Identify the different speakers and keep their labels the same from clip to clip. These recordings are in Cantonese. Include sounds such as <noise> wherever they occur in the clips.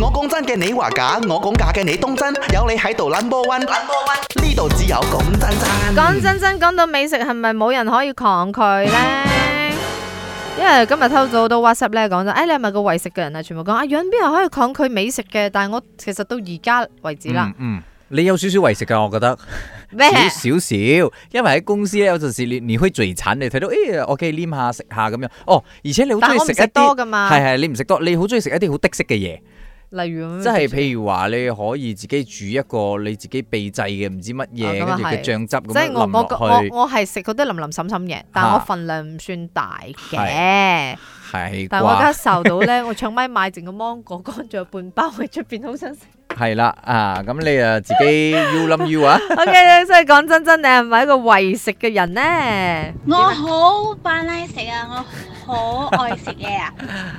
Speaker 1: 我講真嘅你話假，我講假嘅你當真，有你喺度 number one，number one 呢度只有講真真。
Speaker 2: 講真真，講到美食係咪冇人可以抗拒呢？因為今日偷到好多 WhatsApp 咧，講咗，哎，你係咪個為食嘅人啊？全部講阿潤邊度可以抗拒美食嘅？但係我其實到而家為止啦，
Speaker 3: 嗯，嗯你有少少為食噶，我覺得
Speaker 2: <laughs> 咩
Speaker 3: 少少少，因為喺公司咧有陣時你你可以聚餐，你睇到誒我可以黏下食下咁樣。哦，而且你好中
Speaker 2: 但
Speaker 3: 意
Speaker 2: 我唔
Speaker 3: 食一
Speaker 2: 食多
Speaker 3: 啲，
Speaker 2: 噶嘛
Speaker 3: 係，係你唔食多，你好中意食一啲好的式嘅嘢。
Speaker 2: 例如咁樣
Speaker 3: 即係譬如話，你可以自己煮一個你自己秘製嘅唔知乜嘢，
Speaker 2: 哦咁啊
Speaker 3: 跟住嘅
Speaker 2: 係
Speaker 3: 醬汁咁
Speaker 2: 即係
Speaker 3: 樣
Speaker 2: 我
Speaker 3: 淋
Speaker 2: 我
Speaker 3: 落去，
Speaker 2: 我我係食嗰啲淋淋沈沈嘢，但係我份量唔算大嘅。
Speaker 3: 係
Speaker 2: 但係我而家
Speaker 3: 啩？
Speaker 2: 受到
Speaker 3: <laughs>
Speaker 2: 咧，我搶咪買剩個芒果乾，仲有半包喺出邊，好想食。
Speaker 3: 係啦啊！咁你啊自己 U 冧 U
Speaker 2: <laughs>
Speaker 3: 啊！
Speaker 2: OK，所以講真真，你係咪一個為食嘅人呢？
Speaker 3: <laughs>
Speaker 4: 我好扮拉食啊！我好愛食嘢啊！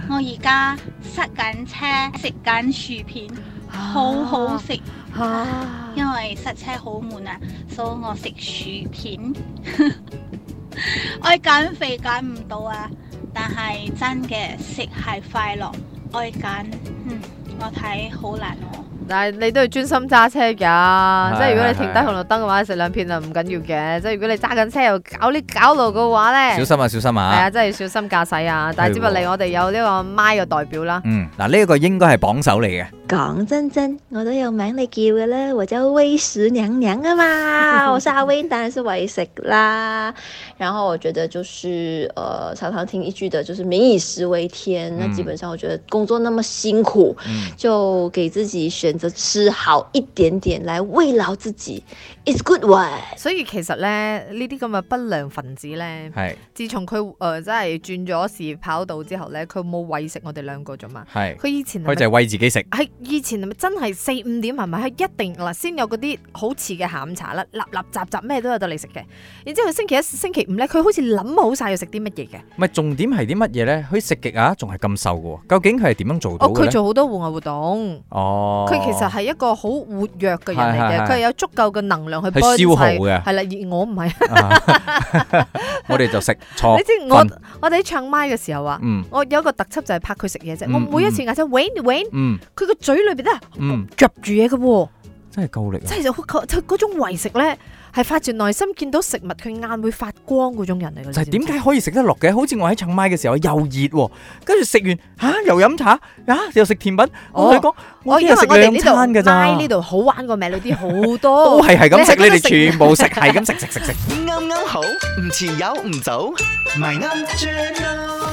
Speaker 4: 我而家塞緊車，食緊薯片，好好食。
Speaker 2: 啊
Speaker 4: 因為塞車好悶啊，所以我食薯片。 <laughs> 我減肥減唔到啊，但係真嘅食係快樂。我減，嗯，我睇好難喎、
Speaker 2: 但係你都要專心揸車㗎，
Speaker 3: 係
Speaker 2: 即係如果你
Speaker 3: 係
Speaker 2: 停低紅綠燈嘅話，食兩片就唔緊要嘅。即係如果你揸緊車又搞呢搞路嘅話呢，
Speaker 3: 小心啊，小心
Speaker 2: 係啊，
Speaker 3: 啊！
Speaker 2: 真係要小心駕駛啊！但係
Speaker 3: 係
Speaker 2: 只不過
Speaker 3: 喎
Speaker 2: 嚟我哋有呢個咪嘅代表啦。
Speaker 3: 嗯，嗱呢一個應該係榜首嚟嘅。
Speaker 5: 講真真，我都有名你叫嘅啦，我叫喂食娘娘啊嘛，我是阿威，当然是喂食啦。然后我觉得就是呃，常常听一句的就是“民以食为天”，那基
Speaker 3: 嗯
Speaker 5: 本上我觉得工作那么辛苦，
Speaker 3: 嗯，
Speaker 5: 就给自己选择吃好一点点来慰劳自己，is good one。
Speaker 2: 所以其實咧，呢啲咁嘅不良分子呢，
Speaker 3: 係
Speaker 2: 自從佢誒、呃真係轉咗事業跑道之後呢，佢冇餵食我哋兩個咋嘛。
Speaker 3: 係，
Speaker 2: 佢以前係
Speaker 3: 佢就
Speaker 2: 咪
Speaker 3: 係餵自己食。
Speaker 2: 係以前係咪真係四五點係咪？係一定嗱先有嗰啲好似嘅下午茶啦，立立雜雜咩都有得你食嘅。然之後星期一、星期五呢，佢好似諗好晒要食啲乜嘢嘅。
Speaker 3: 唔係重點係啲乜嘢咧？佢食極啊，仲係咁瘦嘅喎。究竟佢係點樣做到
Speaker 2: 哦，
Speaker 3: 嘅
Speaker 2: 佢
Speaker 3: 咧？
Speaker 2: 做好多戶外活動，
Speaker 3: 哦，
Speaker 2: 佢、其實 <laughs> 係一個好活躍嘅人嚟
Speaker 3: 係係
Speaker 2: 嘅，
Speaker 3: 係
Speaker 2: 佢係有足夠嘅能量去
Speaker 3: 係
Speaker 2: 幫
Speaker 3: 消耗
Speaker 2: 晒
Speaker 3: 嘅
Speaker 2: 係啦，而我唔係。
Speaker 3: <laughs> 我哋就食錯
Speaker 2: 你。知我
Speaker 3: 瞓
Speaker 2: 我哋喺唱麥嘅時候啊。
Speaker 3: 嗯
Speaker 2: 我有一個特輯就係拍佢食嘢啫。
Speaker 3: 嗯
Speaker 2: 我每一次嗌聲 Wayne Wayne，
Speaker 3: 嗯
Speaker 2: 佢個嘴裏邊都係
Speaker 3: 嗯，
Speaker 2: 夾住嘢嘅喎，
Speaker 3: 真係夠力啊！
Speaker 2: 即係就佢佢嗰種為食咧，係發自內心見到食物佢眼會發光嗰種人嚟嘅。
Speaker 3: 就
Speaker 2: 你知唔
Speaker 3: 係
Speaker 2: 啊
Speaker 3: 點
Speaker 2: 知？
Speaker 3: 解可以食得落嘅？好似我喺唱麥嘅時候又熱喎，跟住食完嚇、又飲茶，嚇、又食甜品。
Speaker 2: 哦
Speaker 3: 我同你講，
Speaker 2: 我
Speaker 3: 我一
Speaker 2: 因
Speaker 3: 日
Speaker 2: 為
Speaker 3: 食
Speaker 2: 我哋
Speaker 3: 兩
Speaker 2: 呢
Speaker 3: 餐
Speaker 2: 度
Speaker 3: 㗎咋，
Speaker 2: 拉呢度好玩過 Melody 好
Speaker 3: 都
Speaker 2: 多，
Speaker 3: 係係咁食，
Speaker 2: 係
Speaker 3: 你
Speaker 2: 咁
Speaker 3: 哋全部食係咁食食食食。
Speaker 1: 啱啱好，唔遲有唔早，咪啱 channel。